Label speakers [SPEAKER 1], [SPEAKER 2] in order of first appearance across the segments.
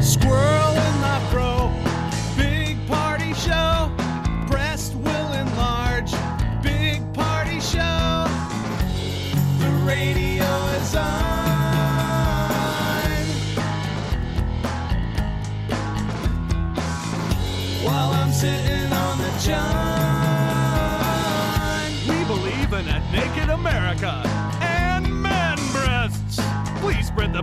[SPEAKER 1] Squirrel in my bro, big party show. Breast will enlarge, big party show. The radio is on. While I'm sitting on the john. We believe in a naked America and man breasts. Please spread the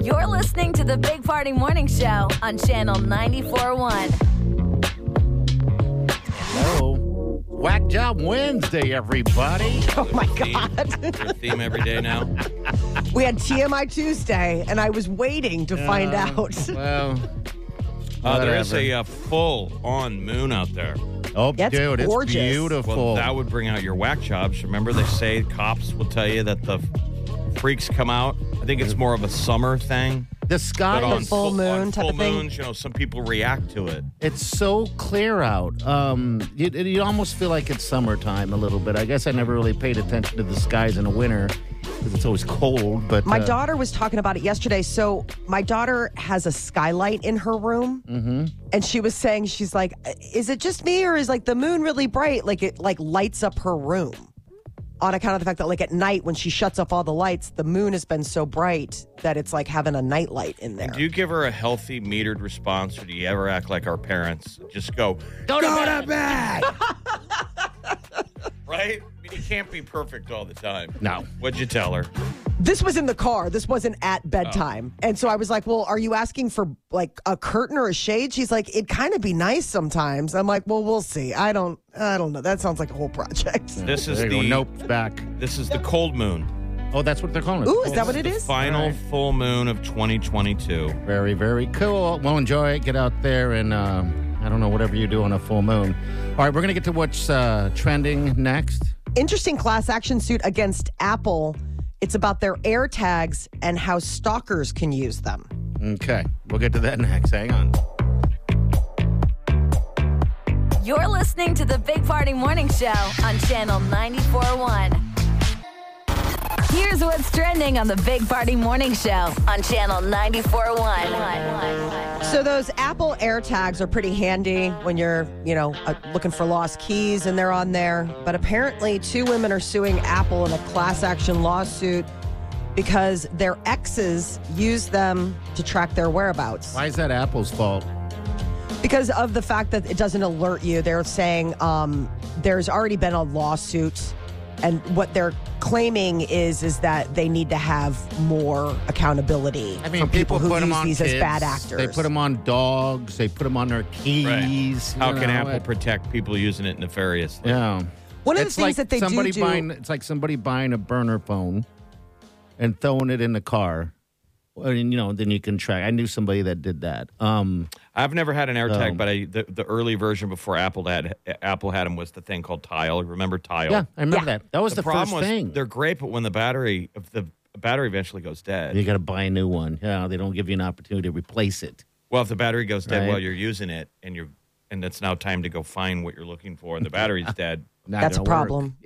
[SPEAKER 2] You're listening to the Big Party Morning Show on Channel 94.1.
[SPEAKER 3] Hello. Oh, Whack Job Wednesday, everybody.
[SPEAKER 4] Oh my God.
[SPEAKER 5] theme every day now.
[SPEAKER 4] We had TMI Tuesday, and I was waiting to find out.
[SPEAKER 3] Well,
[SPEAKER 5] Uh, there is
[SPEAKER 3] Whatever.
[SPEAKER 5] a uh, full on moon out there.
[SPEAKER 3] oh,
[SPEAKER 4] That's
[SPEAKER 3] dude, it's
[SPEAKER 4] gorgeous.
[SPEAKER 3] beautiful.
[SPEAKER 5] Well, that would bring out your whack jobs. Remember, they say cops will tell you that the freaks come out. I think it's more of a summer thing.
[SPEAKER 3] the sky
[SPEAKER 5] But on
[SPEAKER 3] is
[SPEAKER 4] full moon
[SPEAKER 5] on
[SPEAKER 4] type
[SPEAKER 5] full
[SPEAKER 4] of thing?
[SPEAKER 5] moons, you know, some people react to it.
[SPEAKER 3] It's so clear out. Um, you, you almost feel like it's summertime a little bit. I guess I never really paid attention to the skies in the winter because it's always cold. But
[SPEAKER 4] My
[SPEAKER 3] uh,
[SPEAKER 4] daughter was talking about it yesterday. So my daughter has a skylight in her room, and she was saying she's like, "Is it just me, or is like the moon really bright? Like it like lights up her room." On account of the fact that, like at night when she shuts off all the lights, the moon has been so bright that it's like having a night light in there.
[SPEAKER 5] Do you give her a healthy, metered response, or do you ever act like our parents? Just go,
[SPEAKER 3] go to bed.
[SPEAKER 5] right? I mean, you can't be perfect all the time.
[SPEAKER 3] No.
[SPEAKER 5] What'd you tell her?
[SPEAKER 4] This was in the car. This wasn't at bedtime. And so I was like, Well, are you asking for like a curtain or a shade? She's like, It'd kind of be nice sometimes. I'm like, Well, we'll see. I don't I don't know. That sounds like a whole project.
[SPEAKER 5] This is
[SPEAKER 3] There you
[SPEAKER 5] the
[SPEAKER 3] go. Nope, back.
[SPEAKER 5] This is the cold moon.
[SPEAKER 3] Oh, that's what they're calling it.
[SPEAKER 4] Ooh, is that what it
[SPEAKER 5] the
[SPEAKER 4] is?
[SPEAKER 5] Final
[SPEAKER 3] All right.
[SPEAKER 5] full moon of 2022.
[SPEAKER 3] Very, very cool. Well, enjoy it. Get out there and uh, I don't know, whatever you do on a full moon. All right, we're going to get to what's uh, trending next.
[SPEAKER 4] Interesting class action suit against Apple. It's about their air tags and how stalkers can use them.
[SPEAKER 3] Okay, we'll get to that next. Hang on.
[SPEAKER 2] You're listening to the Big Party Morning Show on Channel 94.1. Here's what's trending on the Big Party Morning Show on Channel 94.1.
[SPEAKER 4] So those Apple air tags are pretty handy when you're, you know, uh, looking for lost keys and they're on there. But apparently, two women are suing Apple in a class action lawsuit because their exes used them to track their whereabouts.
[SPEAKER 3] Why is that Apple's fault?
[SPEAKER 4] because of the fact that it doesn't alert you they're saying um, there's already been a lawsuit and what they're claiming is is that they need to have more accountability
[SPEAKER 3] I mean,
[SPEAKER 4] from people, who
[SPEAKER 3] put them
[SPEAKER 4] use
[SPEAKER 3] on
[SPEAKER 4] these
[SPEAKER 3] kids.
[SPEAKER 4] as bad actors
[SPEAKER 3] They put them on dogs. They put them on their keys.
[SPEAKER 5] How
[SPEAKER 3] you
[SPEAKER 5] can
[SPEAKER 3] know,
[SPEAKER 5] Apple
[SPEAKER 3] it-
[SPEAKER 5] protect people using it nefariously?
[SPEAKER 3] Yeah.
[SPEAKER 4] one of the
[SPEAKER 3] it's
[SPEAKER 4] things
[SPEAKER 3] like
[SPEAKER 4] that they do
[SPEAKER 3] somebody
[SPEAKER 4] do
[SPEAKER 3] buying. It's like somebody buying a burner phone and throwing it in the car. And you know, then you can track. I knew somebody that did that. Um,
[SPEAKER 5] I've never had an AirTag,
[SPEAKER 3] Um,
[SPEAKER 5] but I, the, the early version before Apple had Apple had them was the thing called Tile. Remember Tile?
[SPEAKER 3] yeah, I remember that. That was the,
[SPEAKER 5] problem
[SPEAKER 3] first
[SPEAKER 5] was
[SPEAKER 3] thing.
[SPEAKER 5] they're great, but when the battery if the battery eventually goes dead,
[SPEAKER 3] You got to buy a new one. Yeah, they don't give you an opportunity to replace it.
[SPEAKER 5] well, if the battery goes dead
[SPEAKER 3] Right.
[SPEAKER 5] while you're using it, and you're and it's now time to go find what you're looking for, and the battery's dead.
[SPEAKER 3] Not
[SPEAKER 4] that's a
[SPEAKER 3] gonna work.
[SPEAKER 4] problem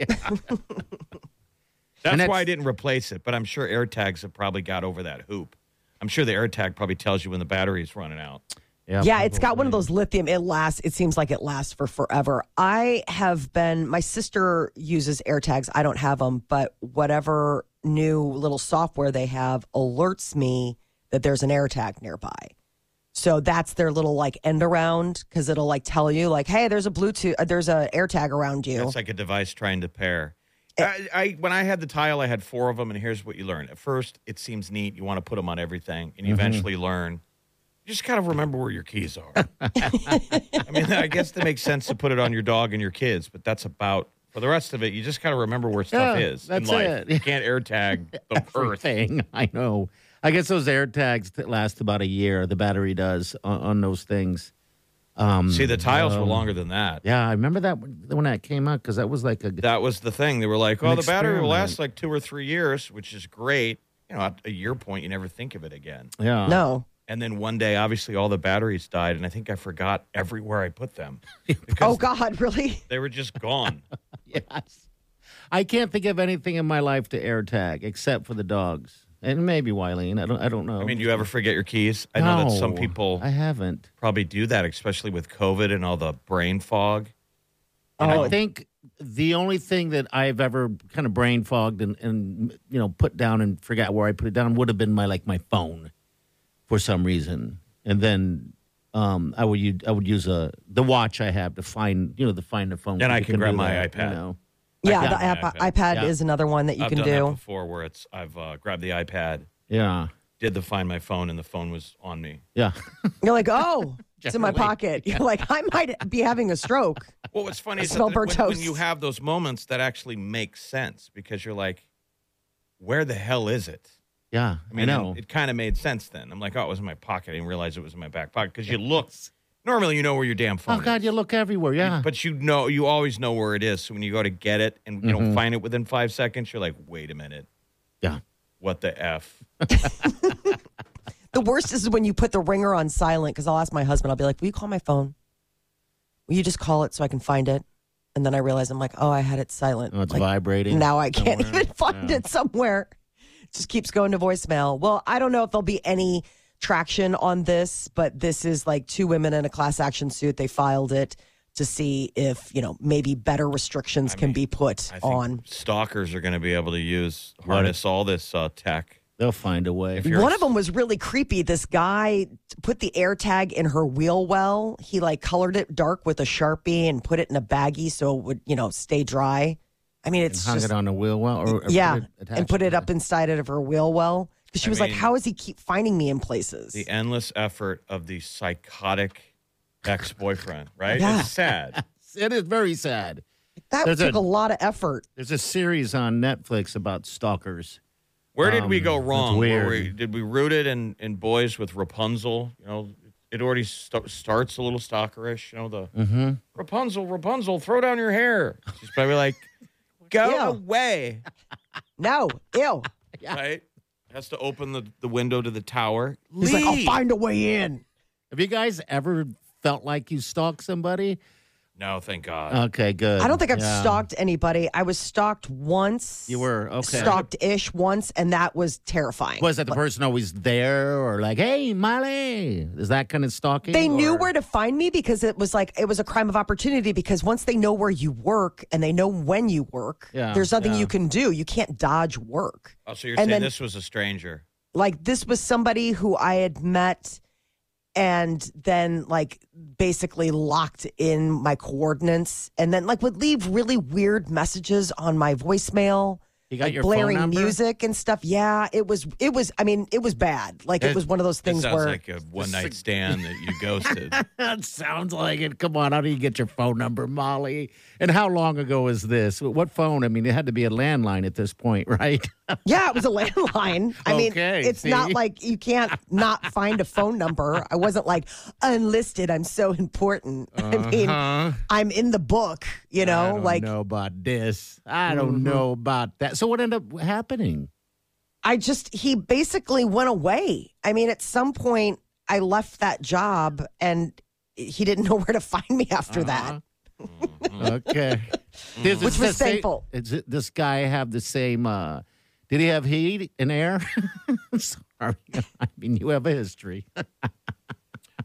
[SPEAKER 5] That's,
[SPEAKER 3] And
[SPEAKER 5] why I didn't replace it, but I'm sure AirTags have probably got over that hoop. I'm sure the AirTag probably tells you when the battery is running out.
[SPEAKER 3] Yeah,
[SPEAKER 4] Yeah, it's got one of those lithium. It lasts. It seems like it lasts for forever. I have been. My sister uses AirTags. I don't have them, but whatever new little software they have alerts me that there's an AirTag nearby. So that's their little like end around because it'll like tell you like, hey, there's a Bluetooth, uh, there's a AirTag around you.
[SPEAKER 5] It's like a device trying to pair.
[SPEAKER 3] Eh.
[SPEAKER 5] I, I when I had the tile, I had four of them, and here's what you learn. At first, it seems neat. You want to put them on everything, and you
[SPEAKER 3] Mm-hmm.
[SPEAKER 5] eventually learn. You just gotta remember where your keys are. I mean, I guess that makes sense to put it on your dog and your kids, but that's about for the rest of it. You just gotta remember where stuff
[SPEAKER 3] Yeah,
[SPEAKER 5] is
[SPEAKER 3] that's
[SPEAKER 5] in life.
[SPEAKER 3] it.
[SPEAKER 5] You can't air tag the earth.
[SPEAKER 3] thing. I know. I guess those air tags that last about a year. The battery does on, on those things. Um,
[SPEAKER 5] See, the tiles were longer than that.
[SPEAKER 3] yeah, I remember that when when that came out because that was like a
[SPEAKER 5] That was the thing. They were like, "Oh,
[SPEAKER 3] An
[SPEAKER 5] the battery will
[SPEAKER 3] experiment.
[SPEAKER 5] last like two or three years, which is great." You know, at a year point, you never think of it again.
[SPEAKER 3] yeah.
[SPEAKER 4] no,
[SPEAKER 5] And then one day, obviously, all the batteries died, and I think I forgot everywhere I put them
[SPEAKER 4] oh
[SPEAKER 5] because
[SPEAKER 4] God, really?
[SPEAKER 5] they were just gone.
[SPEAKER 3] Yes. I can't think of anything in my life to air tag except for the dogs and maybe Wileen. I don't. I don't know.
[SPEAKER 5] I mean, you ever forget your keys? I know that some
[SPEAKER 3] No,
[SPEAKER 5] people
[SPEAKER 3] I haven't.
[SPEAKER 5] probably do that, especially with COVID and all the brain fog.
[SPEAKER 3] And Oh, I think the only thing that I've ever kind of brain fogged and, and you know put down and forgot where I put it down would have been my like my phone for some reason, and then um, I would u- I would use a the watch I have to find you know to find the phone.
[SPEAKER 5] And I
[SPEAKER 3] You
[SPEAKER 5] can
[SPEAKER 3] do
[SPEAKER 5] grab my
[SPEAKER 3] that,
[SPEAKER 5] iPad.
[SPEAKER 3] You know.
[SPEAKER 4] Yeah,
[SPEAKER 5] got
[SPEAKER 4] the
[SPEAKER 5] my
[SPEAKER 4] iPod,
[SPEAKER 5] iPad.
[SPEAKER 4] iPad,
[SPEAKER 3] Yeah.
[SPEAKER 4] is another one that you
[SPEAKER 5] I've
[SPEAKER 4] can
[SPEAKER 5] done that
[SPEAKER 4] do.
[SPEAKER 5] before, where it's I've uh, grabbed the iPad,
[SPEAKER 3] Yeah,
[SPEAKER 5] did the find my phone, and the phone was on me.
[SPEAKER 3] yeah,
[SPEAKER 4] You're like, oh, it's in my
[SPEAKER 3] Generally.
[SPEAKER 4] pocket. You're like, I might be having a stroke.
[SPEAKER 5] Well, what's
[SPEAKER 4] I
[SPEAKER 5] funny is that
[SPEAKER 4] smell
[SPEAKER 5] th-
[SPEAKER 4] burnt
[SPEAKER 5] when, when
[SPEAKER 4] toast.
[SPEAKER 5] you have those moments that actually make sense because you're like, where the hell is it?
[SPEAKER 3] yeah.
[SPEAKER 5] I mean,
[SPEAKER 3] I know.
[SPEAKER 5] and it kind of made sense then. I'm like, oh, it was in my pocket. I didn't realize it was in my back pocket because you look. Normally, you know where your damn phone.
[SPEAKER 3] oh God,
[SPEAKER 5] is.
[SPEAKER 3] you look everywhere. Yeah,
[SPEAKER 5] But you know, you always know where it is. So when you go to get it and you
[SPEAKER 3] Mm-hmm.
[SPEAKER 5] don't find it within five seconds, you're like, wait a minute,
[SPEAKER 3] yeah.
[SPEAKER 5] what the f?
[SPEAKER 4] The worst is when you put the ringer on silent because I'll ask my husband, I'll be like, Will you call my phone? Will you just call it so I can find it? And then I realize I'm like, Oh, I had it silent.
[SPEAKER 3] Oh, it's
[SPEAKER 4] Like,
[SPEAKER 3] vibrating.
[SPEAKER 4] now I can't
[SPEAKER 3] somewhere.
[SPEAKER 4] even find it somewhere. It just keeps going to voicemail. Well, I don't know if there'll be any traction on this, but this is like two women in a class action suit. They filed it to see if, you know, maybe better restrictions can be put
[SPEAKER 5] I think
[SPEAKER 4] on.
[SPEAKER 5] stalkers are going to be able to use harness all this uh, tech.
[SPEAKER 3] They'll find a way.
[SPEAKER 5] If you're
[SPEAKER 4] One of them was really creepy. This guy t- put the air tag in her wheel well. He like colored it dark with a sharpie and put it in a baggie so it would, you know, stay dry. I mean,
[SPEAKER 3] and
[SPEAKER 4] it's
[SPEAKER 3] hung
[SPEAKER 4] just
[SPEAKER 3] it on a wheel well, or, or
[SPEAKER 4] yeah,
[SPEAKER 3] put it
[SPEAKER 4] and
[SPEAKER 3] attached
[SPEAKER 4] put
[SPEAKER 3] to
[SPEAKER 4] it up inside of her wheel well because she
[SPEAKER 5] I
[SPEAKER 4] was like,
[SPEAKER 5] mean-
[SPEAKER 4] "How does he keep finding me in places?"
[SPEAKER 5] the endless effort of the psychotic ex boyfriend, right?
[SPEAKER 4] Yeah.
[SPEAKER 5] It's sad.
[SPEAKER 3] It is very sad.
[SPEAKER 4] that
[SPEAKER 3] there's
[SPEAKER 4] took
[SPEAKER 3] a-
[SPEAKER 4] a lot of effort.
[SPEAKER 3] There's a series on Netflix about stalkers.
[SPEAKER 5] Where did we
[SPEAKER 3] Um,
[SPEAKER 5] go
[SPEAKER 3] that's
[SPEAKER 5] wrong? Were we-
[SPEAKER 3] weird.
[SPEAKER 5] did we root it in, in boys with Rapunzel? You know, it already st- starts a little stalkerish. You know, the
[SPEAKER 3] Mm-hmm.
[SPEAKER 5] Rapunzel, Rapunzel, throw down your hair. She's probably like, go
[SPEAKER 4] Yeah.
[SPEAKER 5] away,
[SPEAKER 4] No, ew.
[SPEAKER 5] right? Has to open the, the window to the tower.
[SPEAKER 4] He's like, "I'll find a way in."
[SPEAKER 3] Have you guys ever felt like you stalked somebody?
[SPEAKER 5] No, thank God.
[SPEAKER 4] Uh,
[SPEAKER 3] Okay, good.
[SPEAKER 4] I don't think I've
[SPEAKER 3] Yeah.
[SPEAKER 4] stalked anybody. I was stalked once.
[SPEAKER 3] You were okay.
[SPEAKER 4] stalked ish once, and that was terrifying.
[SPEAKER 3] Was that the person always there or like, hey, Molly? Is that kind of stalking?
[SPEAKER 4] they knew
[SPEAKER 3] or-
[SPEAKER 4] where to find me because it was like it was a crime of opportunity because once they know where you work and they know when you work
[SPEAKER 3] Yeah,
[SPEAKER 4] there's nothing
[SPEAKER 3] yeah.
[SPEAKER 4] you can do you can't dodge work
[SPEAKER 5] oh, so you're
[SPEAKER 4] and
[SPEAKER 5] saying
[SPEAKER 4] then-
[SPEAKER 5] this was a stranger.
[SPEAKER 4] like this was somebody who i had met and then like basically locked in my coordinates and then like would leave really weird messages on my voicemail
[SPEAKER 3] You got
[SPEAKER 4] like
[SPEAKER 3] your phone
[SPEAKER 4] blaring
[SPEAKER 3] number?
[SPEAKER 4] music and stuff yeah it was it was i mean it was bad like it,
[SPEAKER 5] That-
[SPEAKER 4] was one of those
[SPEAKER 5] That
[SPEAKER 4] things
[SPEAKER 5] sounds
[SPEAKER 4] where
[SPEAKER 5] like a one night stand that you ghosted.
[SPEAKER 3] That sounds like it. Come on, how do you get your phone number, Molly? And how long ago is this? What phone? I mean, it had to be a landline at this point, right?
[SPEAKER 4] Yeah, it was a landline. I mean,
[SPEAKER 3] Okay,
[SPEAKER 4] it's
[SPEAKER 3] see?
[SPEAKER 4] not like you can't not find a phone number. I wasn't like unlisted. I'm so important. I mean,
[SPEAKER 3] Huh?
[SPEAKER 4] I'm in the book. You know,
[SPEAKER 3] Uh-huh. I don't
[SPEAKER 4] like
[SPEAKER 3] know about this. I don't know about that. So what ended up happening?
[SPEAKER 4] I just he basically went away. I mean, at some point, I left that
[SPEAKER 3] Uh-huh.
[SPEAKER 4] job, and he didn't know where to find me after that.
[SPEAKER 3] Okay. This,
[SPEAKER 4] Which
[SPEAKER 3] is
[SPEAKER 4] was
[SPEAKER 3] the same-
[SPEAKER 4] thankful.
[SPEAKER 3] is it- this guy have the same? uh Did he have heat and air? Sorry, I mean you have a history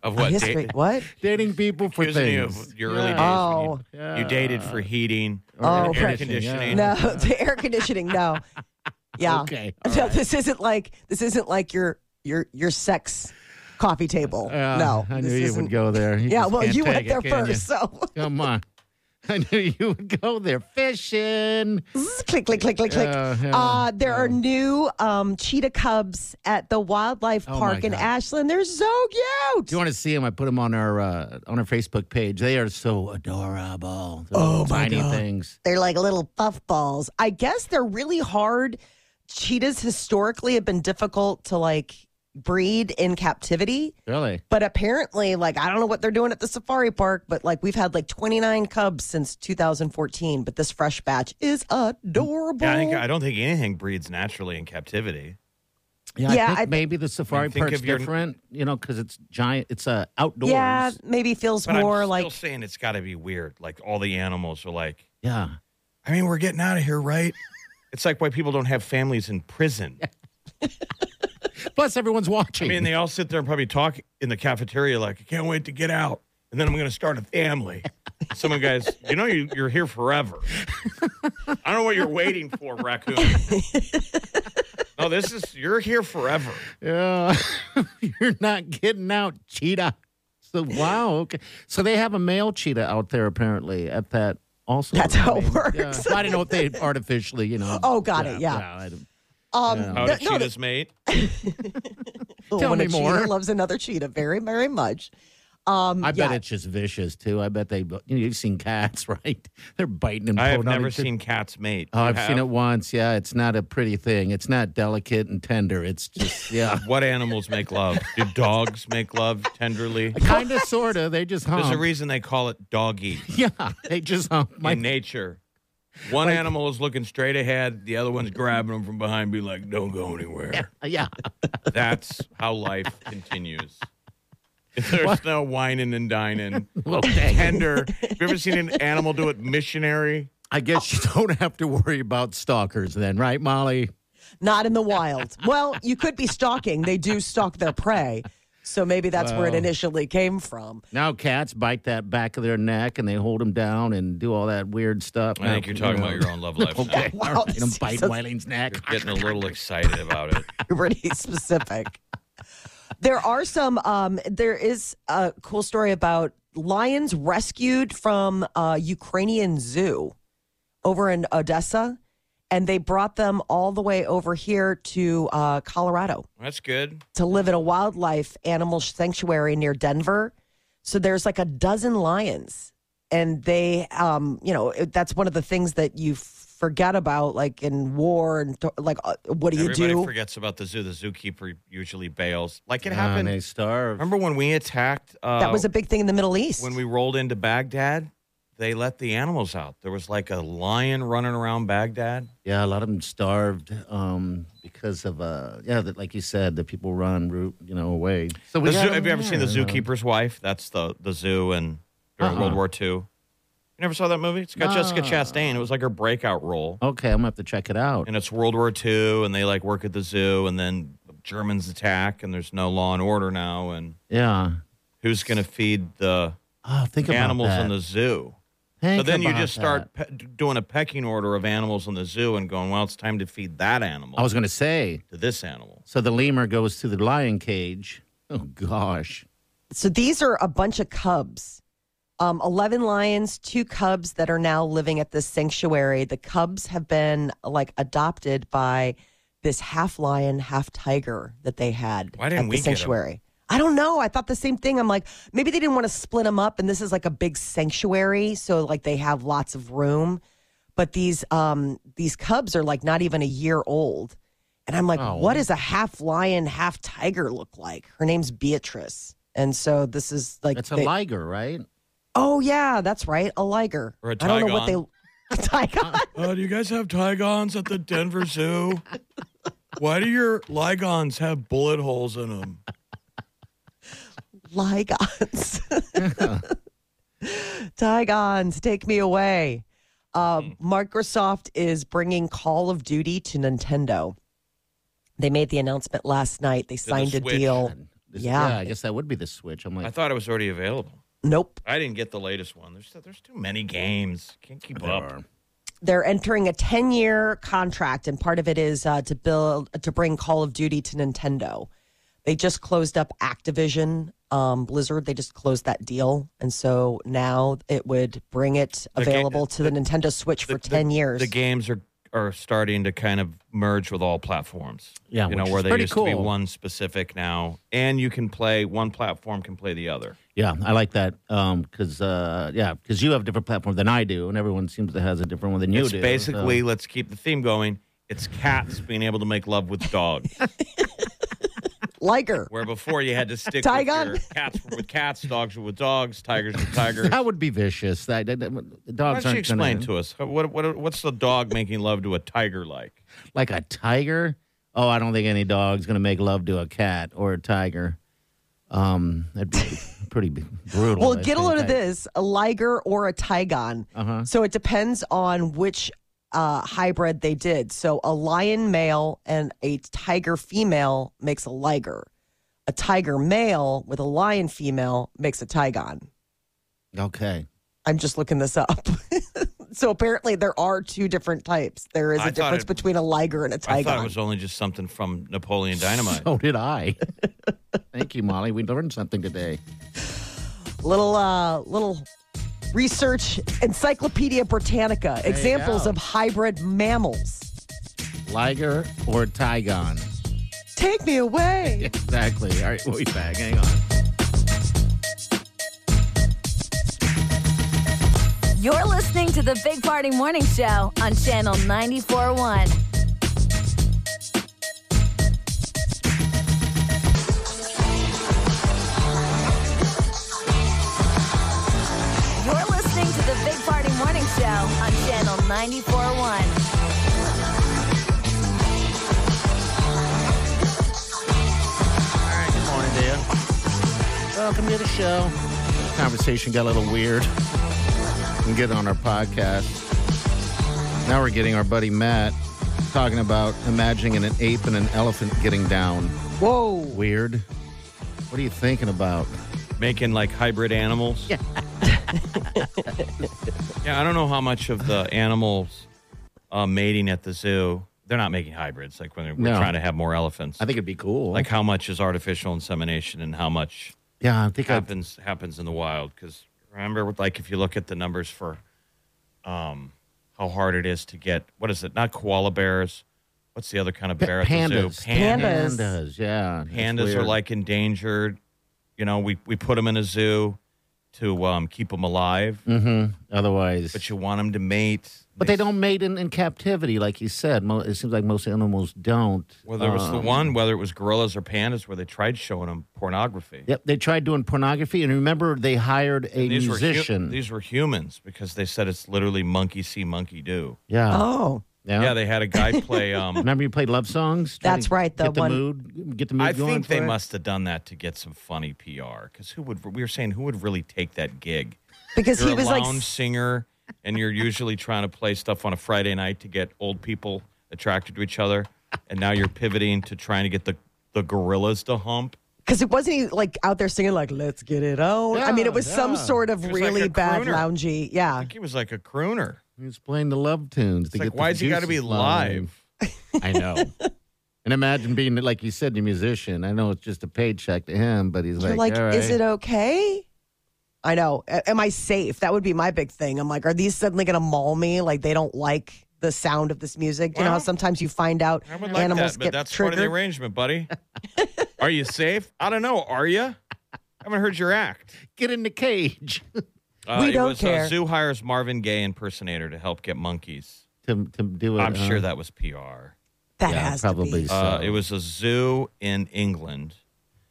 [SPEAKER 5] Of what?
[SPEAKER 4] History.
[SPEAKER 5] Da-
[SPEAKER 4] what?
[SPEAKER 3] dating people for
[SPEAKER 5] accusing you
[SPEAKER 3] things.
[SPEAKER 5] of your early days.
[SPEAKER 3] Yeah.
[SPEAKER 5] when you-
[SPEAKER 3] Yeah.
[SPEAKER 5] You, dated for heating or
[SPEAKER 4] Oh,
[SPEAKER 5] air
[SPEAKER 4] okay.
[SPEAKER 5] conditioning.
[SPEAKER 4] No, the air conditioning. No. Yeah.
[SPEAKER 3] Okay. Uh,
[SPEAKER 4] No, this isn't like this isn't like your your your sex coffee table.
[SPEAKER 3] Yeah,
[SPEAKER 4] no,
[SPEAKER 3] Uh, I
[SPEAKER 4] this
[SPEAKER 3] knew you
[SPEAKER 4] isn't-
[SPEAKER 3] would go there.
[SPEAKER 4] Yeah,
[SPEAKER 3] just
[SPEAKER 4] well,
[SPEAKER 3] can't
[SPEAKER 4] you
[SPEAKER 3] take
[SPEAKER 4] went
[SPEAKER 3] it,
[SPEAKER 4] there
[SPEAKER 3] can you?
[SPEAKER 4] first, so
[SPEAKER 3] Come on. I knew you would go there fishing.
[SPEAKER 4] click, click, click, click, click.
[SPEAKER 3] Yeah, yeah,
[SPEAKER 4] uh, there are new um, cheetah cubs at the wildlife
[SPEAKER 3] Oh,
[SPEAKER 4] park
[SPEAKER 3] my
[SPEAKER 4] in
[SPEAKER 3] God.
[SPEAKER 4] Ashland. They're so cute.
[SPEAKER 3] If you want to see them, I put them on our uh, on our Facebook page. They are so adorable. They're
[SPEAKER 4] Oh,
[SPEAKER 3] little
[SPEAKER 4] my
[SPEAKER 3] tiny
[SPEAKER 4] God.
[SPEAKER 3] things.
[SPEAKER 4] They're like little puff balls. I guess they're really hard. Cheetahs historically have been difficult to like breed in captivity,
[SPEAKER 3] Really?
[SPEAKER 4] but apparently, like I don't know what they're doing at the safari park, but like we've had like 29 cubs since 2014, but this fresh batch is adorable.
[SPEAKER 5] Yeah, I, think, I don't think anything breeds naturally in captivity.
[SPEAKER 3] Yeah.
[SPEAKER 4] Yeah,
[SPEAKER 3] I think
[SPEAKER 4] I-
[SPEAKER 3] maybe the safari
[SPEAKER 5] I think
[SPEAKER 3] park's
[SPEAKER 5] if you're-
[SPEAKER 3] different. You know, because it's giant. It's uh, outdoors.
[SPEAKER 4] yeah, maybe feels
[SPEAKER 5] But
[SPEAKER 4] more
[SPEAKER 5] I'm
[SPEAKER 4] like
[SPEAKER 5] still saying it's got to be weird. Like all the animals are like,
[SPEAKER 3] Yeah.
[SPEAKER 5] I mean, we're getting out of here, right? it's like why people don't have families in prison.
[SPEAKER 3] Plus, everyone's
[SPEAKER 5] I
[SPEAKER 3] watching.
[SPEAKER 5] mean, they all sit there and probably talk in the cafeteria like, I can't wait to get out. And then I'm going to start a family. Some of the guys, you know, you, you're here forever. I don't know what you're waiting for, raccoon. no, this is, you're here forever.
[SPEAKER 3] yeah. You're not getting out, cheetah. So wow. Okay. So they have a male cheetah out there apparently at that. Also,
[SPEAKER 4] That's how
[SPEAKER 3] I
[SPEAKER 4] it
[SPEAKER 3] mean,
[SPEAKER 4] works.
[SPEAKER 3] yeah. Well, I don't know if they artificially, you know.
[SPEAKER 4] Oh, got it, yeah.
[SPEAKER 3] I don't-
[SPEAKER 4] um
[SPEAKER 5] How
[SPEAKER 4] no-
[SPEAKER 5] to
[SPEAKER 4] no,
[SPEAKER 5] cheat his mate.
[SPEAKER 4] Oh,
[SPEAKER 3] Tell
[SPEAKER 4] when
[SPEAKER 3] me
[SPEAKER 4] a
[SPEAKER 3] more.
[SPEAKER 4] cheetah loves another cheetah very, very much. Um,
[SPEAKER 3] I bet
[SPEAKER 4] yeah.
[SPEAKER 3] it's just vicious too. I bet they you know, you've seen cats, right? They're biting and
[SPEAKER 5] I have
[SPEAKER 3] pulling on
[SPEAKER 5] never
[SPEAKER 3] each other.
[SPEAKER 5] seen cats mate.
[SPEAKER 3] Oh,
[SPEAKER 5] You
[SPEAKER 3] I've seen
[SPEAKER 5] have?
[SPEAKER 3] it once. Yeah, it's not a pretty thing. It's not delicate and tender. It's just yeah,
[SPEAKER 5] What animals make love? Do dogs make love tenderly?
[SPEAKER 3] kind of, sort of. They just
[SPEAKER 5] There's a
[SPEAKER 3] hump.
[SPEAKER 5] reason they call it doggy
[SPEAKER 3] yeah, they just hump.
[SPEAKER 5] in
[SPEAKER 3] My,
[SPEAKER 5] nature. One animal is looking straight ahead, the other one's grabbing them from behind, be like, don't go anywhere.
[SPEAKER 3] yeah,
[SPEAKER 5] That's how life continues. There's no whining and dining.
[SPEAKER 3] okay.
[SPEAKER 5] Tender. Have you ever seen an animal do it missionary?
[SPEAKER 3] I guess you don't have to worry about stalkers then, right, Molly?
[SPEAKER 4] Not in the wild. well, you could be stalking. They do stalk their prey. So maybe that's where it initially came from.
[SPEAKER 3] Now cats bite that back of their neck and they hold them down and do all that weird stuff.
[SPEAKER 5] I
[SPEAKER 3] Now,
[SPEAKER 5] think you're talking
[SPEAKER 3] you
[SPEAKER 5] about
[SPEAKER 3] know.
[SPEAKER 5] your own love life. now.
[SPEAKER 3] Okay,
[SPEAKER 4] Wow,
[SPEAKER 3] all right.
[SPEAKER 4] this
[SPEAKER 3] I'm
[SPEAKER 4] is
[SPEAKER 3] biting
[SPEAKER 4] so-
[SPEAKER 3] Wiley's neck.
[SPEAKER 5] You're getting a little excited about it.
[SPEAKER 4] pretty specific. There are some. Um, there is a cool story about lions rescued from a Ukrainian zoo over in Odessa, and they brought them all the way over here to uh, Colorado.
[SPEAKER 5] That's good.
[SPEAKER 4] to live in a wildlife animal sanctuary near Denver. So there's like a dozen lions, and they, um, you know, it- that's one of the things that you forget about, like in war and th- like, uh, what do you
[SPEAKER 5] Everybody
[SPEAKER 4] do?
[SPEAKER 5] forgets about the zoo. The zookeeper usually bails. Like it
[SPEAKER 3] Ah,
[SPEAKER 5] happened.
[SPEAKER 3] They starve.
[SPEAKER 5] Remember when we attacked? Uh,
[SPEAKER 4] that was a big thing in the Middle East.
[SPEAKER 5] when we rolled into Baghdad. They let the animals out. There was like a lion running around Baghdad.
[SPEAKER 3] Yeah, a lot of them starved um, because of uh, yeah, that like you said, the people run route you know away. So
[SPEAKER 5] The zoo,
[SPEAKER 3] got 'em
[SPEAKER 5] have you ever seen the
[SPEAKER 3] there, you know.
[SPEAKER 5] zookeeper's wife? That's the the zoo and during
[SPEAKER 3] Uh-uh.
[SPEAKER 5] World War II. You never saw that movie? It's got Jessica
[SPEAKER 3] No.
[SPEAKER 5] Chastain. It was like her breakout role,
[SPEAKER 3] Okay, I'm gonna have to check it out.
[SPEAKER 5] and it's World War II, and they like work at the zoo, and then the Germans attack, and there's no law and order now, and
[SPEAKER 3] Yeah.
[SPEAKER 5] who's going to feed the
[SPEAKER 3] Oh, think about
[SPEAKER 5] animals
[SPEAKER 3] that.
[SPEAKER 5] in the zoo?
[SPEAKER 3] Think
[SPEAKER 5] so then you
[SPEAKER 3] about
[SPEAKER 5] just
[SPEAKER 3] that.
[SPEAKER 5] start pe- doing a pecking order of animals in the zoo and going, well, it's time to feed that animal
[SPEAKER 3] I was gonna say.
[SPEAKER 5] to this animal.
[SPEAKER 3] So the lemur goes to the lion cage. Oh gosh.
[SPEAKER 4] so these are a bunch of cubs. Um, 11 lions, two cubs that are now living at this sanctuary. The cubs have been like adopted by this half lion, half tiger that they had
[SPEAKER 5] Why didn't
[SPEAKER 4] at
[SPEAKER 5] we
[SPEAKER 4] the
[SPEAKER 5] get 'em?
[SPEAKER 4] sanctuary. I don't know. I thought the same thing. I'm like, maybe they didn't want to split them up, and this is like a big sanctuary, so like they have lots of room. But these um, these cubs are like not even a year old, and I'm like,
[SPEAKER 3] Oh.
[SPEAKER 4] what does a half lion, half tiger look like? Her name's Beatrice, and so this is like
[SPEAKER 3] That's a
[SPEAKER 4] they-
[SPEAKER 3] liger, right?
[SPEAKER 4] Oh yeah, that's right, a liger.
[SPEAKER 5] Or a
[SPEAKER 4] I don't know what they.
[SPEAKER 5] tigon.
[SPEAKER 4] A tigon.
[SPEAKER 5] Uh, do you guys have Tigons at the Denver Zoo? Why do your Ligons have bullet holes in them?
[SPEAKER 4] Ligons. Tigons, take me away. Uh, Microsoft is bringing Call of Duty to Nintendo. They made the announcement last night. They signed a
[SPEAKER 5] Switch.
[SPEAKER 4] deal.
[SPEAKER 3] This-
[SPEAKER 4] Yeah.
[SPEAKER 3] I guess that would be the Switch. I'm
[SPEAKER 5] I
[SPEAKER 3] like,
[SPEAKER 5] thought it was already available.
[SPEAKER 4] Nope.
[SPEAKER 5] I didn't get the latest one. There's there's too many games. Can't keep
[SPEAKER 3] there
[SPEAKER 5] up.
[SPEAKER 3] are.
[SPEAKER 4] they're entering a 10 year contract and part of it is uh, to build to bring call of duty to nintendo they just closed up activision um, blizzard they just closed that deal and so now it would bring it
[SPEAKER 5] ga-
[SPEAKER 4] available to the, nintendo switch for 10 years
[SPEAKER 5] The games are are starting to kind of merge with all platforms.
[SPEAKER 3] Yeah,
[SPEAKER 5] you know
[SPEAKER 3] which
[SPEAKER 5] where
[SPEAKER 3] is
[SPEAKER 5] they
[SPEAKER 3] pretty
[SPEAKER 5] used to be
[SPEAKER 3] cool.
[SPEAKER 5] one specific now, and you can play one platform can play the other.
[SPEAKER 3] Yeah, I like that because uh, yeah, because you have different platform than I do, and everyone seems to has a different one than you
[SPEAKER 5] it's
[SPEAKER 3] do.
[SPEAKER 5] basically let's keep the theme going. It's cats being able to make love with dogs,
[SPEAKER 4] liger
[SPEAKER 5] where before you had to stick
[SPEAKER 4] Tiger.
[SPEAKER 5] with your cats were with cats, dogs were with dogs, tigers with
[SPEAKER 3] so.
[SPEAKER 5] tigers.
[SPEAKER 3] that would be vicious. That, that, that
[SPEAKER 5] Why
[SPEAKER 3] dogs
[SPEAKER 5] don't you
[SPEAKER 3] aren't gonna-
[SPEAKER 5] explain to us How- what, what what's the dog making love to a tiger like?
[SPEAKER 3] like a tiger. Oh, I don't think any dog's gonna make love to a cat or a tiger. Um, that'd be pretty brutal.
[SPEAKER 4] well
[SPEAKER 3] I'd
[SPEAKER 4] get a
[SPEAKER 3] say.
[SPEAKER 4] load of this a liger or a tigon
[SPEAKER 3] Uh-huh.
[SPEAKER 4] so it depends on which uh, hybrid they did so a lion male and a tiger female makes a liger a tiger male with a lion female makes a tigon
[SPEAKER 3] Okay.
[SPEAKER 4] i'm just looking this up so apparently there are two different types there is a
[SPEAKER 5] I thought
[SPEAKER 4] difference
[SPEAKER 5] it-
[SPEAKER 4] between a liger and a
[SPEAKER 5] I thought it
[SPEAKER 4] tigon
[SPEAKER 5] was only just something from Napoleon Dynamite.
[SPEAKER 3] So did I. Thank you, Molly. We learned something today.
[SPEAKER 4] little uh little research encyclopedia britannica examples
[SPEAKER 3] go.
[SPEAKER 4] of hybrid mammals
[SPEAKER 3] Liger or Tigon.
[SPEAKER 4] take me away
[SPEAKER 3] Exactly. All right, we'll be back. Hang on.
[SPEAKER 2] You're listening to the Big Party Morning Show on Channel 941. You're listening to the Big Party Morning Show on Channel 941.
[SPEAKER 3] All right, good morning, dear. Welcome to the show. Conversation got a little weird. You can get it on our podcast. Now we're getting our buddy Matt talking about imagining an ape and an elephant getting down.
[SPEAKER 4] whoa
[SPEAKER 3] Weird. What are you thinking about?
[SPEAKER 5] making like hybrid animals. Yeah. yeah, I don't know how much of the animals uh, mating at the zoo. They're not making hybrids. Like when they're we're
[SPEAKER 3] No.
[SPEAKER 5] trying to have more elephants.
[SPEAKER 3] I think it'd be cool.
[SPEAKER 5] like how much is artificial insemination and how much
[SPEAKER 3] yeah, I think I,
[SPEAKER 5] happens happens in the wild. Because remember, with like if you look at the numbers for um, how hard it is to get what is it? Not koala bears. What's the other kind of
[SPEAKER 3] Pa-
[SPEAKER 5] bear at the
[SPEAKER 3] pandas.
[SPEAKER 5] zoo? Pandas.
[SPEAKER 4] Pandas.
[SPEAKER 3] Pandas, yeah. That's
[SPEAKER 5] pandas are
[SPEAKER 3] weird.
[SPEAKER 5] like endangered. You know, we, we put them in a zoo to um, keep them alive,
[SPEAKER 3] otherwise.
[SPEAKER 5] but you want them to mate.
[SPEAKER 3] Mm. But they don't mate in, in captivity, like you said. Mo- It seems like most animals don't.
[SPEAKER 5] Well, there was the
[SPEAKER 3] Um,
[SPEAKER 5] one, whether it was gorillas or pandas, where they tried showing them pornography.
[SPEAKER 3] Yep, they tried doing pornography, and remember, they hired a
[SPEAKER 5] These were hu-
[SPEAKER 3] musician.
[SPEAKER 5] these were humans because they said it's literally monkey see, monkey do.
[SPEAKER 3] yeah,
[SPEAKER 4] oh
[SPEAKER 3] yeah.
[SPEAKER 5] Yeah, they had a guy play. Um,
[SPEAKER 3] remember you played love songs. Try
[SPEAKER 4] That's
[SPEAKER 3] to
[SPEAKER 4] right, the
[SPEAKER 3] get the
[SPEAKER 4] one-
[SPEAKER 3] mood, get the mood
[SPEAKER 5] I
[SPEAKER 3] going
[SPEAKER 5] think
[SPEAKER 3] for
[SPEAKER 5] they
[SPEAKER 3] it.
[SPEAKER 5] must have done that to get some funny PR because who would we were saying who would really take that gig?
[SPEAKER 4] because
[SPEAKER 5] you're
[SPEAKER 4] he was
[SPEAKER 5] a
[SPEAKER 4] like
[SPEAKER 5] lounge singer and you're usually trying to play stuff on a Friday night to get old people attracted to each other and now you're pivoting to trying to get the the gorillas to hump
[SPEAKER 4] because it wasn't he like out there singing like let's get it on i mean it was
[SPEAKER 3] Yeah,
[SPEAKER 4] some
[SPEAKER 3] yeah.
[SPEAKER 4] sort of
[SPEAKER 5] It was like
[SPEAKER 4] really
[SPEAKER 5] a
[SPEAKER 4] bad
[SPEAKER 5] crooner.
[SPEAKER 4] loungy yeah
[SPEAKER 5] like he was like a crooner
[SPEAKER 3] He's playing the love tunes. To
[SPEAKER 5] it's
[SPEAKER 3] get
[SPEAKER 5] like
[SPEAKER 3] the
[SPEAKER 5] why has he got to be
[SPEAKER 3] juices flowing.
[SPEAKER 5] live
[SPEAKER 3] I know. and imagine being like you said, a musician. I know it's just a paycheck to him, but he's
[SPEAKER 4] you're
[SPEAKER 3] like,
[SPEAKER 4] like
[SPEAKER 3] "All
[SPEAKER 4] is
[SPEAKER 3] right."
[SPEAKER 4] it okay i know A- am i safe that would be my big thing i'm like are these suddenly gonna maul me like they don't like the sound of this music you know how
[SPEAKER 5] Well,
[SPEAKER 4] sometimes you find out
[SPEAKER 5] I would like
[SPEAKER 4] animals
[SPEAKER 5] that
[SPEAKER 4] get
[SPEAKER 5] but that's
[SPEAKER 4] triggered
[SPEAKER 5] part of the arrangement buddy are you safe I don't know are you I haven't heard your act
[SPEAKER 3] get in the cage
[SPEAKER 5] uh,
[SPEAKER 4] We
[SPEAKER 5] it
[SPEAKER 4] don't
[SPEAKER 5] was,
[SPEAKER 4] care.
[SPEAKER 5] Uh, zoo hires Marvin Gaye impersonator to help get monkeys
[SPEAKER 3] to to do it?
[SPEAKER 5] I'm
[SPEAKER 3] huh?
[SPEAKER 5] sure that was PR
[SPEAKER 4] that
[SPEAKER 3] Yeah,
[SPEAKER 4] has to
[SPEAKER 3] probably. uh,
[SPEAKER 4] be
[SPEAKER 3] so.
[SPEAKER 5] uh, it was a zoo in England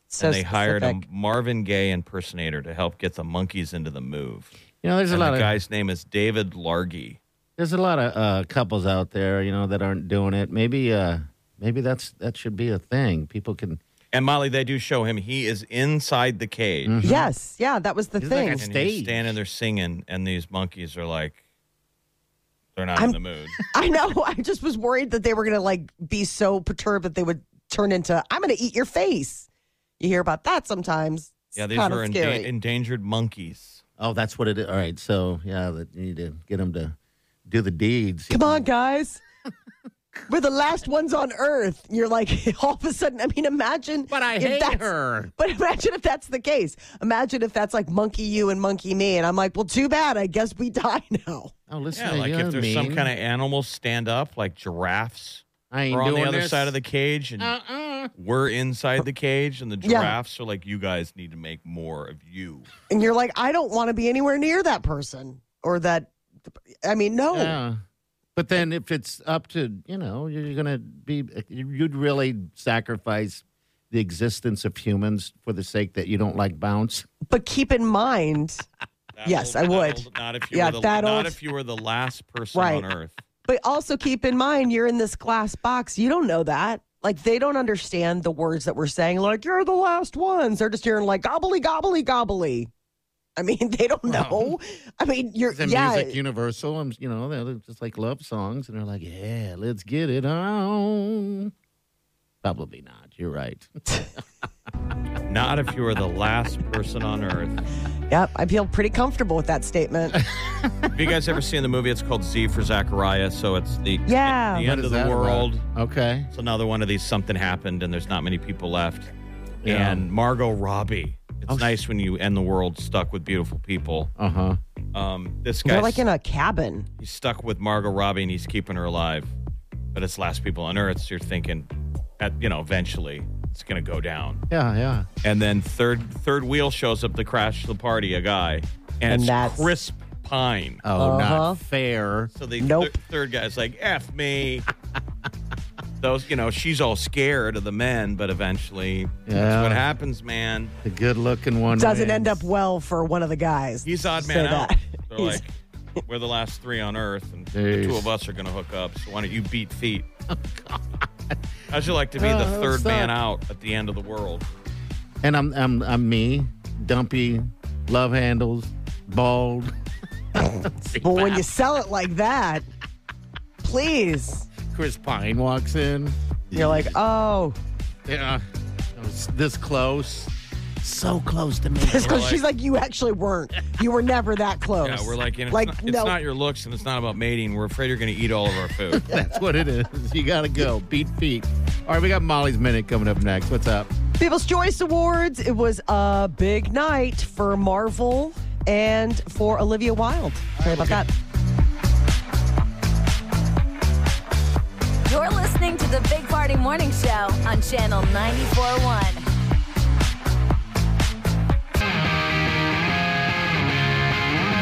[SPEAKER 4] so
[SPEAKER 5] and they hired a
[SPEAKER 4] specific.
[SPEAKER 5] Marvin Gaye impersonator to help get the monkeys into the move.
[SPEAKER 3] you know, there's a
[SPEAKER 5] And
[SPEAKER 3] lot
[SPEAKER 5] the
[SPEAKER 3] of
[SPEAKER 5] guy's name is David Largy.
[SPEAKER 3] There's a lot of uh, couples out there, you know, that aren't doing it. Maybe, uh, maybe that's that should be a thing. People can
[SPEAKER 5] And Molly, they do show him. He is inside the cage.
[SPEAKER 4] yes yeah that was the
[SPEAKER 3] He's like
[SPEAKER 4] thing
[SPEAKER 3] a-
[SPEAKER 5] And he's
[SPEAKER 3] Mm-hmm. Stage.
[SPEAKER 5] standing there singing, and these monkeys are like, They're not
[SPEAKER 4] I'm-
[SPEAKER 5] in the mood.
[SPEAKER 4] I know. I just was worried that they were going to like be so perturbed that they would turn into "I'm going to eat your face." You hear about that sometimes. It's
[SPEAKER 5] Yeah, these
[SPEAKER 4] kind of
[SPEAKER 5] were enda-
[SPEAKER 4] scary.
[SPEAKER 5] endangered monkeys.
[SPEAKER 3] Oh, that's what it is. All right. So, yeah, that you need to get them to do the deeds.
[SPEAKER 4] Come on, guys. We're the last ones on Earth. You're like all of a sudden. I mean, imagine.
[SPEAKER 3] But I
[SPEAKER 4] if
[SPEAKER 3] hate
[SPEAKER 4] that's-
[SPEAKER 3] her.
[SPEAKER 4] But imagine if that's the case. Imagine if that's like monkey you and monkey me, and I'm like, well, too bad. I guess we die now.
[SPEAKER 3] Oh, listen.
[SPEAKER 5] Yeah,
[SPEAKER 3] to
[SPEAKER 5] like
[SPEAKER 3] you,
[SPEAKER 5] if there's some
[SPEAKER 3] mean.
[SPEAKER 5] kind of animals stand up, like giraffes,
[SPEAKER 3] I ain't
[SPEAKER 5] we're on the
[SPEAKER 3] doing
[SPEAKER 5] other
[SPEAKER 3] this.
[SPEAKER 5] side of the cage, and
[SPEAKER 3] Uh-uh.
[SPEAKER 5] we're inside the cage, and the
[SPEAKER 4] Yeah.
[SPEAKER 5] giraffes are like, "You guys need to make more of you."
[SPEAKER 4] And you're like, I don't want to be anywhere near that person or that. I mean,
[SPEAKER 5] Oh.
[SPEAKER 4] no.
[SPEAKER 3] Yeah. But then if it's up to, you know, you're going to be, you'd really sacrifice the existence of humans for the sake that you don't like bounce.
[SPEAKER 4] But keep in mind,
[SPEAKER 5] That
[SPEAKER 4] Yes,
[SPEAKER 5] old-
[SPEAKER 4] I
[SPEAKER 5] that
[SPEAKER 4] would.
[SPEAKER 5] old- not if you
[SPEAKER 4] Yeah,
[SPEAKER 5] were the,
[SPEAKER 4] that
[SPEAKER 5] not
[SPEAKER 4] old-
[SPEAKER 5] if you were the last person on
[SPEAKER 4] Right.
[SPEAKER 5] Earth.
[SPEAKER 4] but also keep in mind, you're in this glass box. You don't know that. Like, they don't understand the words that we're saying. Like, you're the last ones. They're just hearing, like, gobbly, gobbly, gobbly. I mean, they don't know. I mean, you're,
[SPEAKER 3] Is it
[SPEAKER 4] yeah.
[SPEAKER 3] music universal? And, you know, they're just like love songs. And they're like, yeah, let's get it on. Probably not. You're right.
[SPEAKER 5] Not if you were the last person on Earth.
[SPEAKER 4] Yep. I feel pretty comfortable with that statement.
[SPEAKER 5] Have you guys ever seen the movie? It's called Z for Zachariah. So it's the
[SPEAKER 4] Yeah.
[SPEAKER 5] the
[SPEAKER 3] What
[SPEAKER 5] end
[SPEAKER 3] is
[SPEAKER 5] of the
[SPEAKER 3] that about?
[SPEAKER 5] world.
[SPEAKER 3] Okay.
[SPEAKER 5] It's another one of these. Something happened, and there's not many people left.
[SPEAKER 3] Yeah.
[SPEAKER 5] And Margot Robbie. It's
[SPEAKER 3] Oh, sh-
[SPEAKER 5] nice when you end the world stuck with beautiful people.
[SPEAKER 3] Uh huh.
[SPEAKER 5] Um, this
[SPEAKER 4] They're
[SPEAKER 5] guy,
[SPEAKER 4] like in a cabin.
[SPEAKER 5] he's stuck with Margot Robbie, and he's keeping her alive. But it's last people on Earth. So you're thinking, at you know, eventually it's gonna go down.
[SPEAKER 3] Yeah, yeah.
[SPEAKER 5] and then third third wheel shows up to crash the party, a guy, and,
[SPEAKER 4] And
[SPEAKER 5] it's
[SPEAKER 4] that's-
[SPEAKER 5] crisp pine.
[SPEAKER 3] Oh,
[SPEAKER 4] Uh-huh.
[SPEAKER 3] not fair.
[SPEAKER 5] So the
[SPEAKER 4] Nope.
[SPEAKER 5] third guy's like, "F me." Those, you know, she's all scared of the men, but eventually,
[SPEAKER 3] Yeah.
[SPEAKER 5] that's what happens, man.
[SPEAKER 3] The good looking one
[SPEAKER 4] Doesn't
[SPEAKER 3] wins.
[SPEAKER 4] end up well for one of the guys.
[SPEAKER 5] He's odd
[SPEAKER 4] Say
[SPEAKER 5] man
[SPEAKER 4] that.
[SPEAKER 5] out. They're
[SPEAKER 4] He's-
[SPEAKER 5] like, we're the last three on Earth, and
[SPEAKER 3] Jeez.
[SPEAKER 5] the two of us are going to hook up. So why don't you beat feet?
[SPEAKER 4] Oh,
[SPEAKER 5] How'd you like to be
[SPEAKER 3] Oh,
[SPEAKER 5] the
[SPEAKER 3] that
[SPEAKER 5] third
[SPEAKER 3] sucks.
[SPEAKER 5] man out at the end of the world?
[SPEAKER 3] And I'm I'm I'm me, dumpy, love handles, bald.
[SPEAKER 4] But when you sell it like that, please.
[SPEAKER 3] Chris Pine walks in.
[SPEAKER 4] You're like, oh,
[SPEAKER 3] Yeah, I was this close, so close to me.
[SPEAKER 4] It's because
[SPEAKER 5] We're
[SPEAKER 4] she's like, you actually weren't. You were never that close.
[SPEAKER 5] Yeah, we're like, you know,
[SPEAKER 4] like
[SPEAKER 5] it's, not,
[SPEAKER 4] no,
[SPEAKER 5] it's not your looks and it's not about mating. We're afraid you're going to eat all of our food.
[SPEAKER 3] That's what it is. You gotta go. Beat feet. All right, we got Molly's minute coming up next. What's up?
[SPEAKER 4] People's Choice Awards. It was a big night for Marvel and for Olivia Wilde. Sorry about that.
[SPEAKER 2] You're listening to the Big Party Morning Show on Channel 94.1.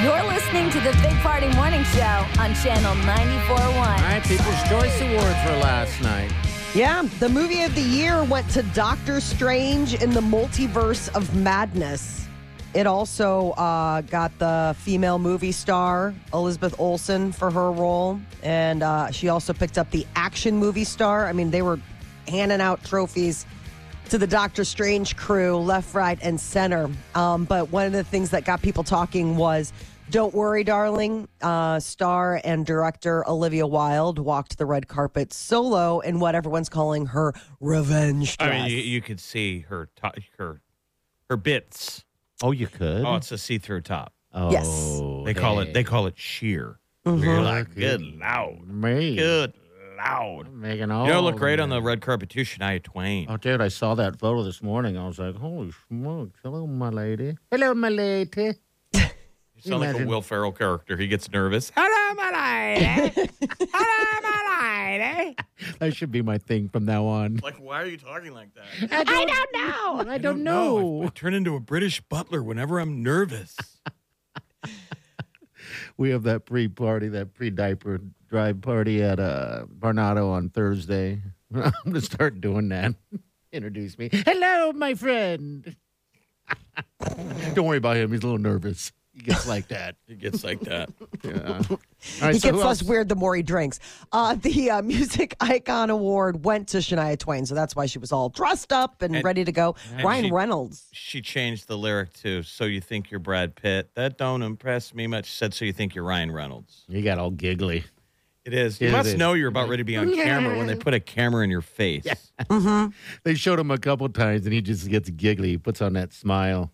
[SPEAKER 2] You're listening to the Big Party Morning Show on Channel 94.1.
[SPEAKER 3] All right, People's Choice Awards were last night.
[SPEAKER 4] Yeah, the movie of the year went to Doctor Strange in the Multiverse of Madness. It also uh, got the female movie star Elizabeth Olsen for her role, and uh, she also picked up the action movie star. I mean, they were handing out trophies to the Doctor Strange crew, left, right, and center. Um, but one of the things that got people talking was Don't Worry, Darling. Uh, star and director Olivia Wilde walked the red carpet solo in what everyone's calling her revenge
[SPEAKER 5] I
[SPEAKER 4] dress.
[SPEAKER 5] mean, you, you could see her top, her her bits.
[SPEAKER 3] Oh, you could.
[SPEAKER 5] Oh, it's a see-through top.
[SPEAKER 3] Oh,
[SPEAKER 4] Yes.
[SPEAKER 5] They call it they call it sheer.
[SPEAKER 4] Mm-hmm.
[SPEAKER 5] You're like, good loud,
[SPEAKER 3] me.
[SPEAKER 5] good loud.
[SPEAKER 3] Making all.
[SPEAKER 5] You know, look great on
[SPEAKER 3] that.
[SPEAKER 5] the red carpet too, Shania Twain.
[SPEAKER 3] Oh, dude, I saw that photo this morning. I was like, holy smokes. Hello, my lady. Hello, my lady.
[SPEAKER 5] you sound like a
[SPEAKER 3] imagine-
[SPEAKER 5] Will Ferrell character. He gets nervous. Hello, my lady. Hello, my lady.
[SPEAKER 3] That should be my thing from now on.
[SPEAKER 5] Like, why are you talking like that?
[SPEAKER 3] I don't, know. I don't
[SPEAKER 5] I, I
[SPEAKER 3] know.
[SPEAKER 5] turn into a British butler whenever I'm nervous.
[SPEAKER 3] We have that pre party, that pre diaper drive party at uh, Barnado on Thursday. I'm going to start doing that. Introduce me. Hello, my friend. don't worry about him. He's a little nervous. He gets like that.
[SPEAKER 5] He gets like that.
[SPEAKER 3] All right,
[SPEAKER 4] He
[SPEAKER 3] so
[SPEAKER 4] gets
[SPEAKER 3] who
[SPEAKER 4] less
[SPEAKER 3] else?
[SPEAKER 4] weird the more he drinks. Uh, the uh, Music Icon Award went to Shania Twain, so that's why she was all dressed up and,
[SPEAKER 5] And-
[SPEAKER 4] ready to go.
[SPEAKER 5] and
[SPEAKER 4] Ryan
[SPEAKER 5] she-
[SPEAKER 4] Reynolds.
[SPEAKER 5] she changed the lyric to "So you think you're Brad Pitt? That don't impress me much." Said "So you think you're Ryan Reynolds?"
[SPEAKER 3] You got all giggly.
[SPEAKER 5] It is. You
[SPEAKER 3] It
[SPEAKER 5] must
[SPEAKER 3] is.
[SPEAKER 5] know you're about ready to be on camera when they put a camera in your face.
[SPEAKER 3] They showed him a couple times, and he just gets giggly. He puts on that smile.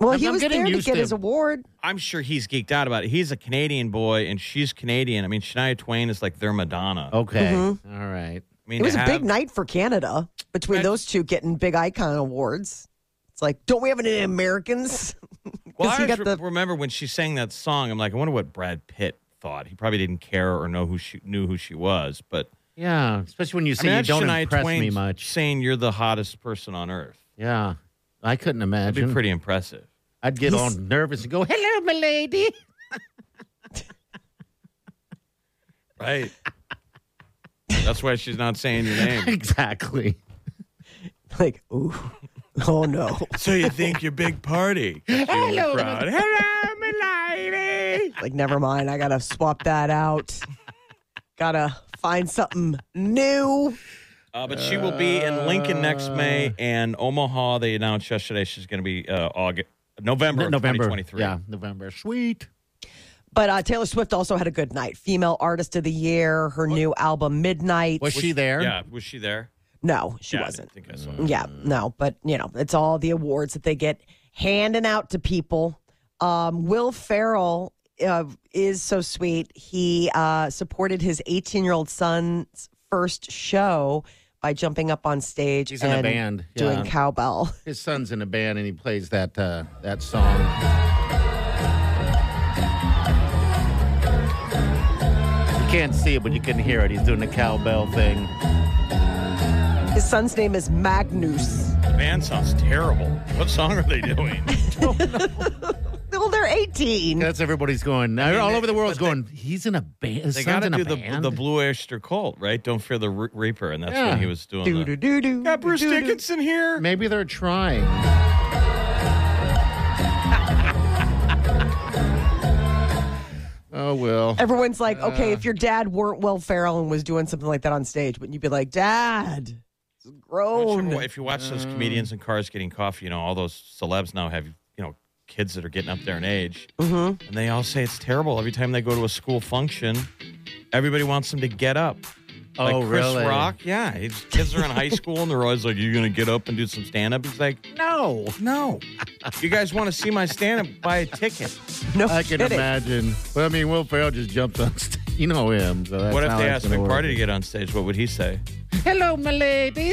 [SPEAKER 4] Well,
[SPEAKER 3] I'm-
[SPEAKER 4] he
[SPEAKER 3] I'm
[SPEAKER 4] was
[SPEAKER 3] getting
[SPEAKER 4] there to
[SPEAKER 3] used
[SPEAKER 4] get
[SPEAKER 3] to-
[SPEAKER 4] his award.
[SPEAKER 5] I'm sure he's geeked out about it. He's a Canadian boy and she's Canadian. I mean, Shania Twain is like their Madonna.
[SPEAKER 3] Okay.
[SPEAKER 4] Mm-hmm.
[SPEAKER 3] All right.
[SPEAKER 5] I
[SPEAKER 4] Oh, It
[SPEAKER 5] mean,
[SPEAKER 4] was
[SPEAKER 5] to
[SPEAKER 4] a big
[SPEAKER 5] have-
[SPEAKER 4] night for Canada between
[SPEAKER 5] Right.
[SPEAKER 4] those two getting big icon awards. It's like, don't we have any Americans?
[SPEAKER 5] Well,
[SPEAKER 4] 'Cause he
[SPEAKER 5] I always
[SPEAKER 4] got
[SPEAKER 5] re-
[SPEAKER 4] the-
[SPEAKER 5] remember when she sang that song. I'm like, I wonder what Brad Pitt thought. He probably didn't care or know who she knew who she was. But
[SPEAKER 3] Yeah, especially when you
[SPEAKER 5] I
[SPEAKER 3] say
[SPEAKER 5] mean,
[SPEAKER 3] you
[SPEAKER 5] that's
[SPEAKER 3] don't
[SPEAKER 5] Shania
[SPEAKER 3] impress
[SPEAKER 5] Twain
[SPEAKER 3] me much.
[SPEAKER 5] saying you're the hottest person on earth.
[SPEAKER 3] Yeah, I couldn't
[SPEAKER 5] That'd
[SPEAKER 3] imagine.
[SPEAKER 5] be pretty impressive.
[SPEAKER 3] I'd get all nervous and go, "Hello, my lady."
[SPEAKER 5] Right. That's why she's not saying your name.
[SPEAKER 3] exactly.
[SPEAKER 4] like, ooh, oh no.
[SPEAKER 5] so you think you're big party. Hello. Hello, my lady.
[SPEAKER 4] like, never mind. I got to swap that out. Got to find something new.
[SPEAKER 5] Uh, but she will be in Lincoln next
[SPEAKER 3] Uh.
[SPEAKER 5] May and Omaha. They announced yesterday she's going to be uh, August, November, of
[SPEAKER 3] November.
[SPEAKER 5] 2023.
[SPEAKER 3] Yeah, November. Sweet.
[SPEAKER 4] But uh, Taylor Swift also had a good night. Female Artist of the Year, her new album, Midnight.
[SPEAKER 3] Was, she there?
[SPEAKER 5] Yeah. Was she there?
[SPEAKER 4] no, she
[SPEAKER 5] Yeah, I
[SPEAKER 4] wasn't.
[SPEAKER 5] didn't think I saw her.
[SPEAKER 4] Yeah, no, but you know, it's all the awards that they get handing out to people. Um, Will Farrell uh, is so sweet. He uh, supported his 18 year old son's first show by jumping up on stage
[SPEAKER 3] He's in a
[SPEAKER 4] and
[SPEAKER 3] band,
[SPEAKER 4] doing
[SPEAKER 3] yeah.
[SPEAKER 4] cowbell.
[SPEAKER 3] His son's in a band and he plays that uh, that song. You can't see it, but you can hear it. He's doing the cowbell thing.
[SPEAKER 4] His son's name is Magnus.
[SPEAKER 5] Man sounds terrible. What song are they doing?
[SPEAKER 4] Well, they're 18.
[SPEAKER 3] That's everybody's going. all over the world's going. he's in a band. His
[SPEAKER 5] they
[SPEAKER 3] son's
[SPEAKER 5] got to
[SPEAKER 3] in a
[SPEAKER 5] do the,
[SPEAKER 3] band.
[SPEAKER 5] the Blue Oyster Cult, right? Don't fear the Re- Reaper, and that's
[SPEAKER 3] Yeah.
[SPEAKER 5] what he was doing.
[SPEAKER 4] Do do
[SPEAKER 5] the-
[SPEAKER 4] do do.
[SPEAKER 5] Got Bruce
[SPEAKER 4] do, do.
[SPEAKER 5] Dickinson here.
[SPEAKER 3] Maybe they're trying. oh well.
[SPEAKER 4] Everyone's like, okay, if your dad weren't Will Farrell and was doing something like that on stage, wouldn't you be like, Dad, this is
[SPEAKER 5] Don't you
[SPEAKER 4] grown?
[SPEAKER 5] ever- If you watch those comedians in cars getting coffee, you know all those celebs now have you know kids that are getting up there in age, mm-hmm. and they all say it's terrible every time they go to a school function. Everybody wants them to get up. Like
[SPEAKER 3] Oh,
[SPEAKER 5] Chris
[SPEAKER 3] really?
[SPEAKER 5] Rock, yeah, his kids are in high school and they're always like, "You gonna get up and do some stand up?" He's like,
[SPEAKER 3] No.
[SPEAKER 5] "No, you guys want to see my stand up? Buy a ticket."
[SPEAKER 4] no
[SPEAKER 3] I can
[SPEAKER 4] kidding.
[SPEAKER 3] imagine. Well, I mean, Will Ferrell just jumped on stage. You know him. So that's
[SPEAKER 5] What if
[SPEAKER 3] how
[SPEAKER 5] they
[SPEAKER 3] it's
[SPEAKER 5] asked
[SPEAKER 3] gonna
[SPEAKER 5] McParty
[SPEAKER 3] work.
[SPEAKER 5] to get on stage? What would he say?
[SPEAKER 3] Hello, my lady.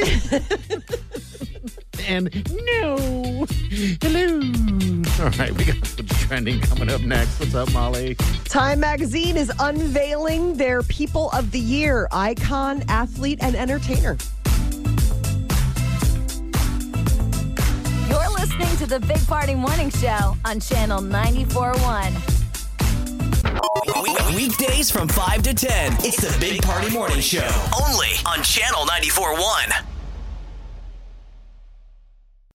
[SPEAKER 3] and no. Hello. All right, we got what's trending coming up next. What's up, Molly?
[SPEAKER 4] Time Magazine is unveiling their People of the Year icon, athlete, and entertainer.
[SPEAKER 2] You're listening to the Big Party Morning Show on Channel 94.1.
[SPEAKER 6] Week- Weekdays from 5 to 10. It's the Big Party Morning Show. Only on Channel 94.1.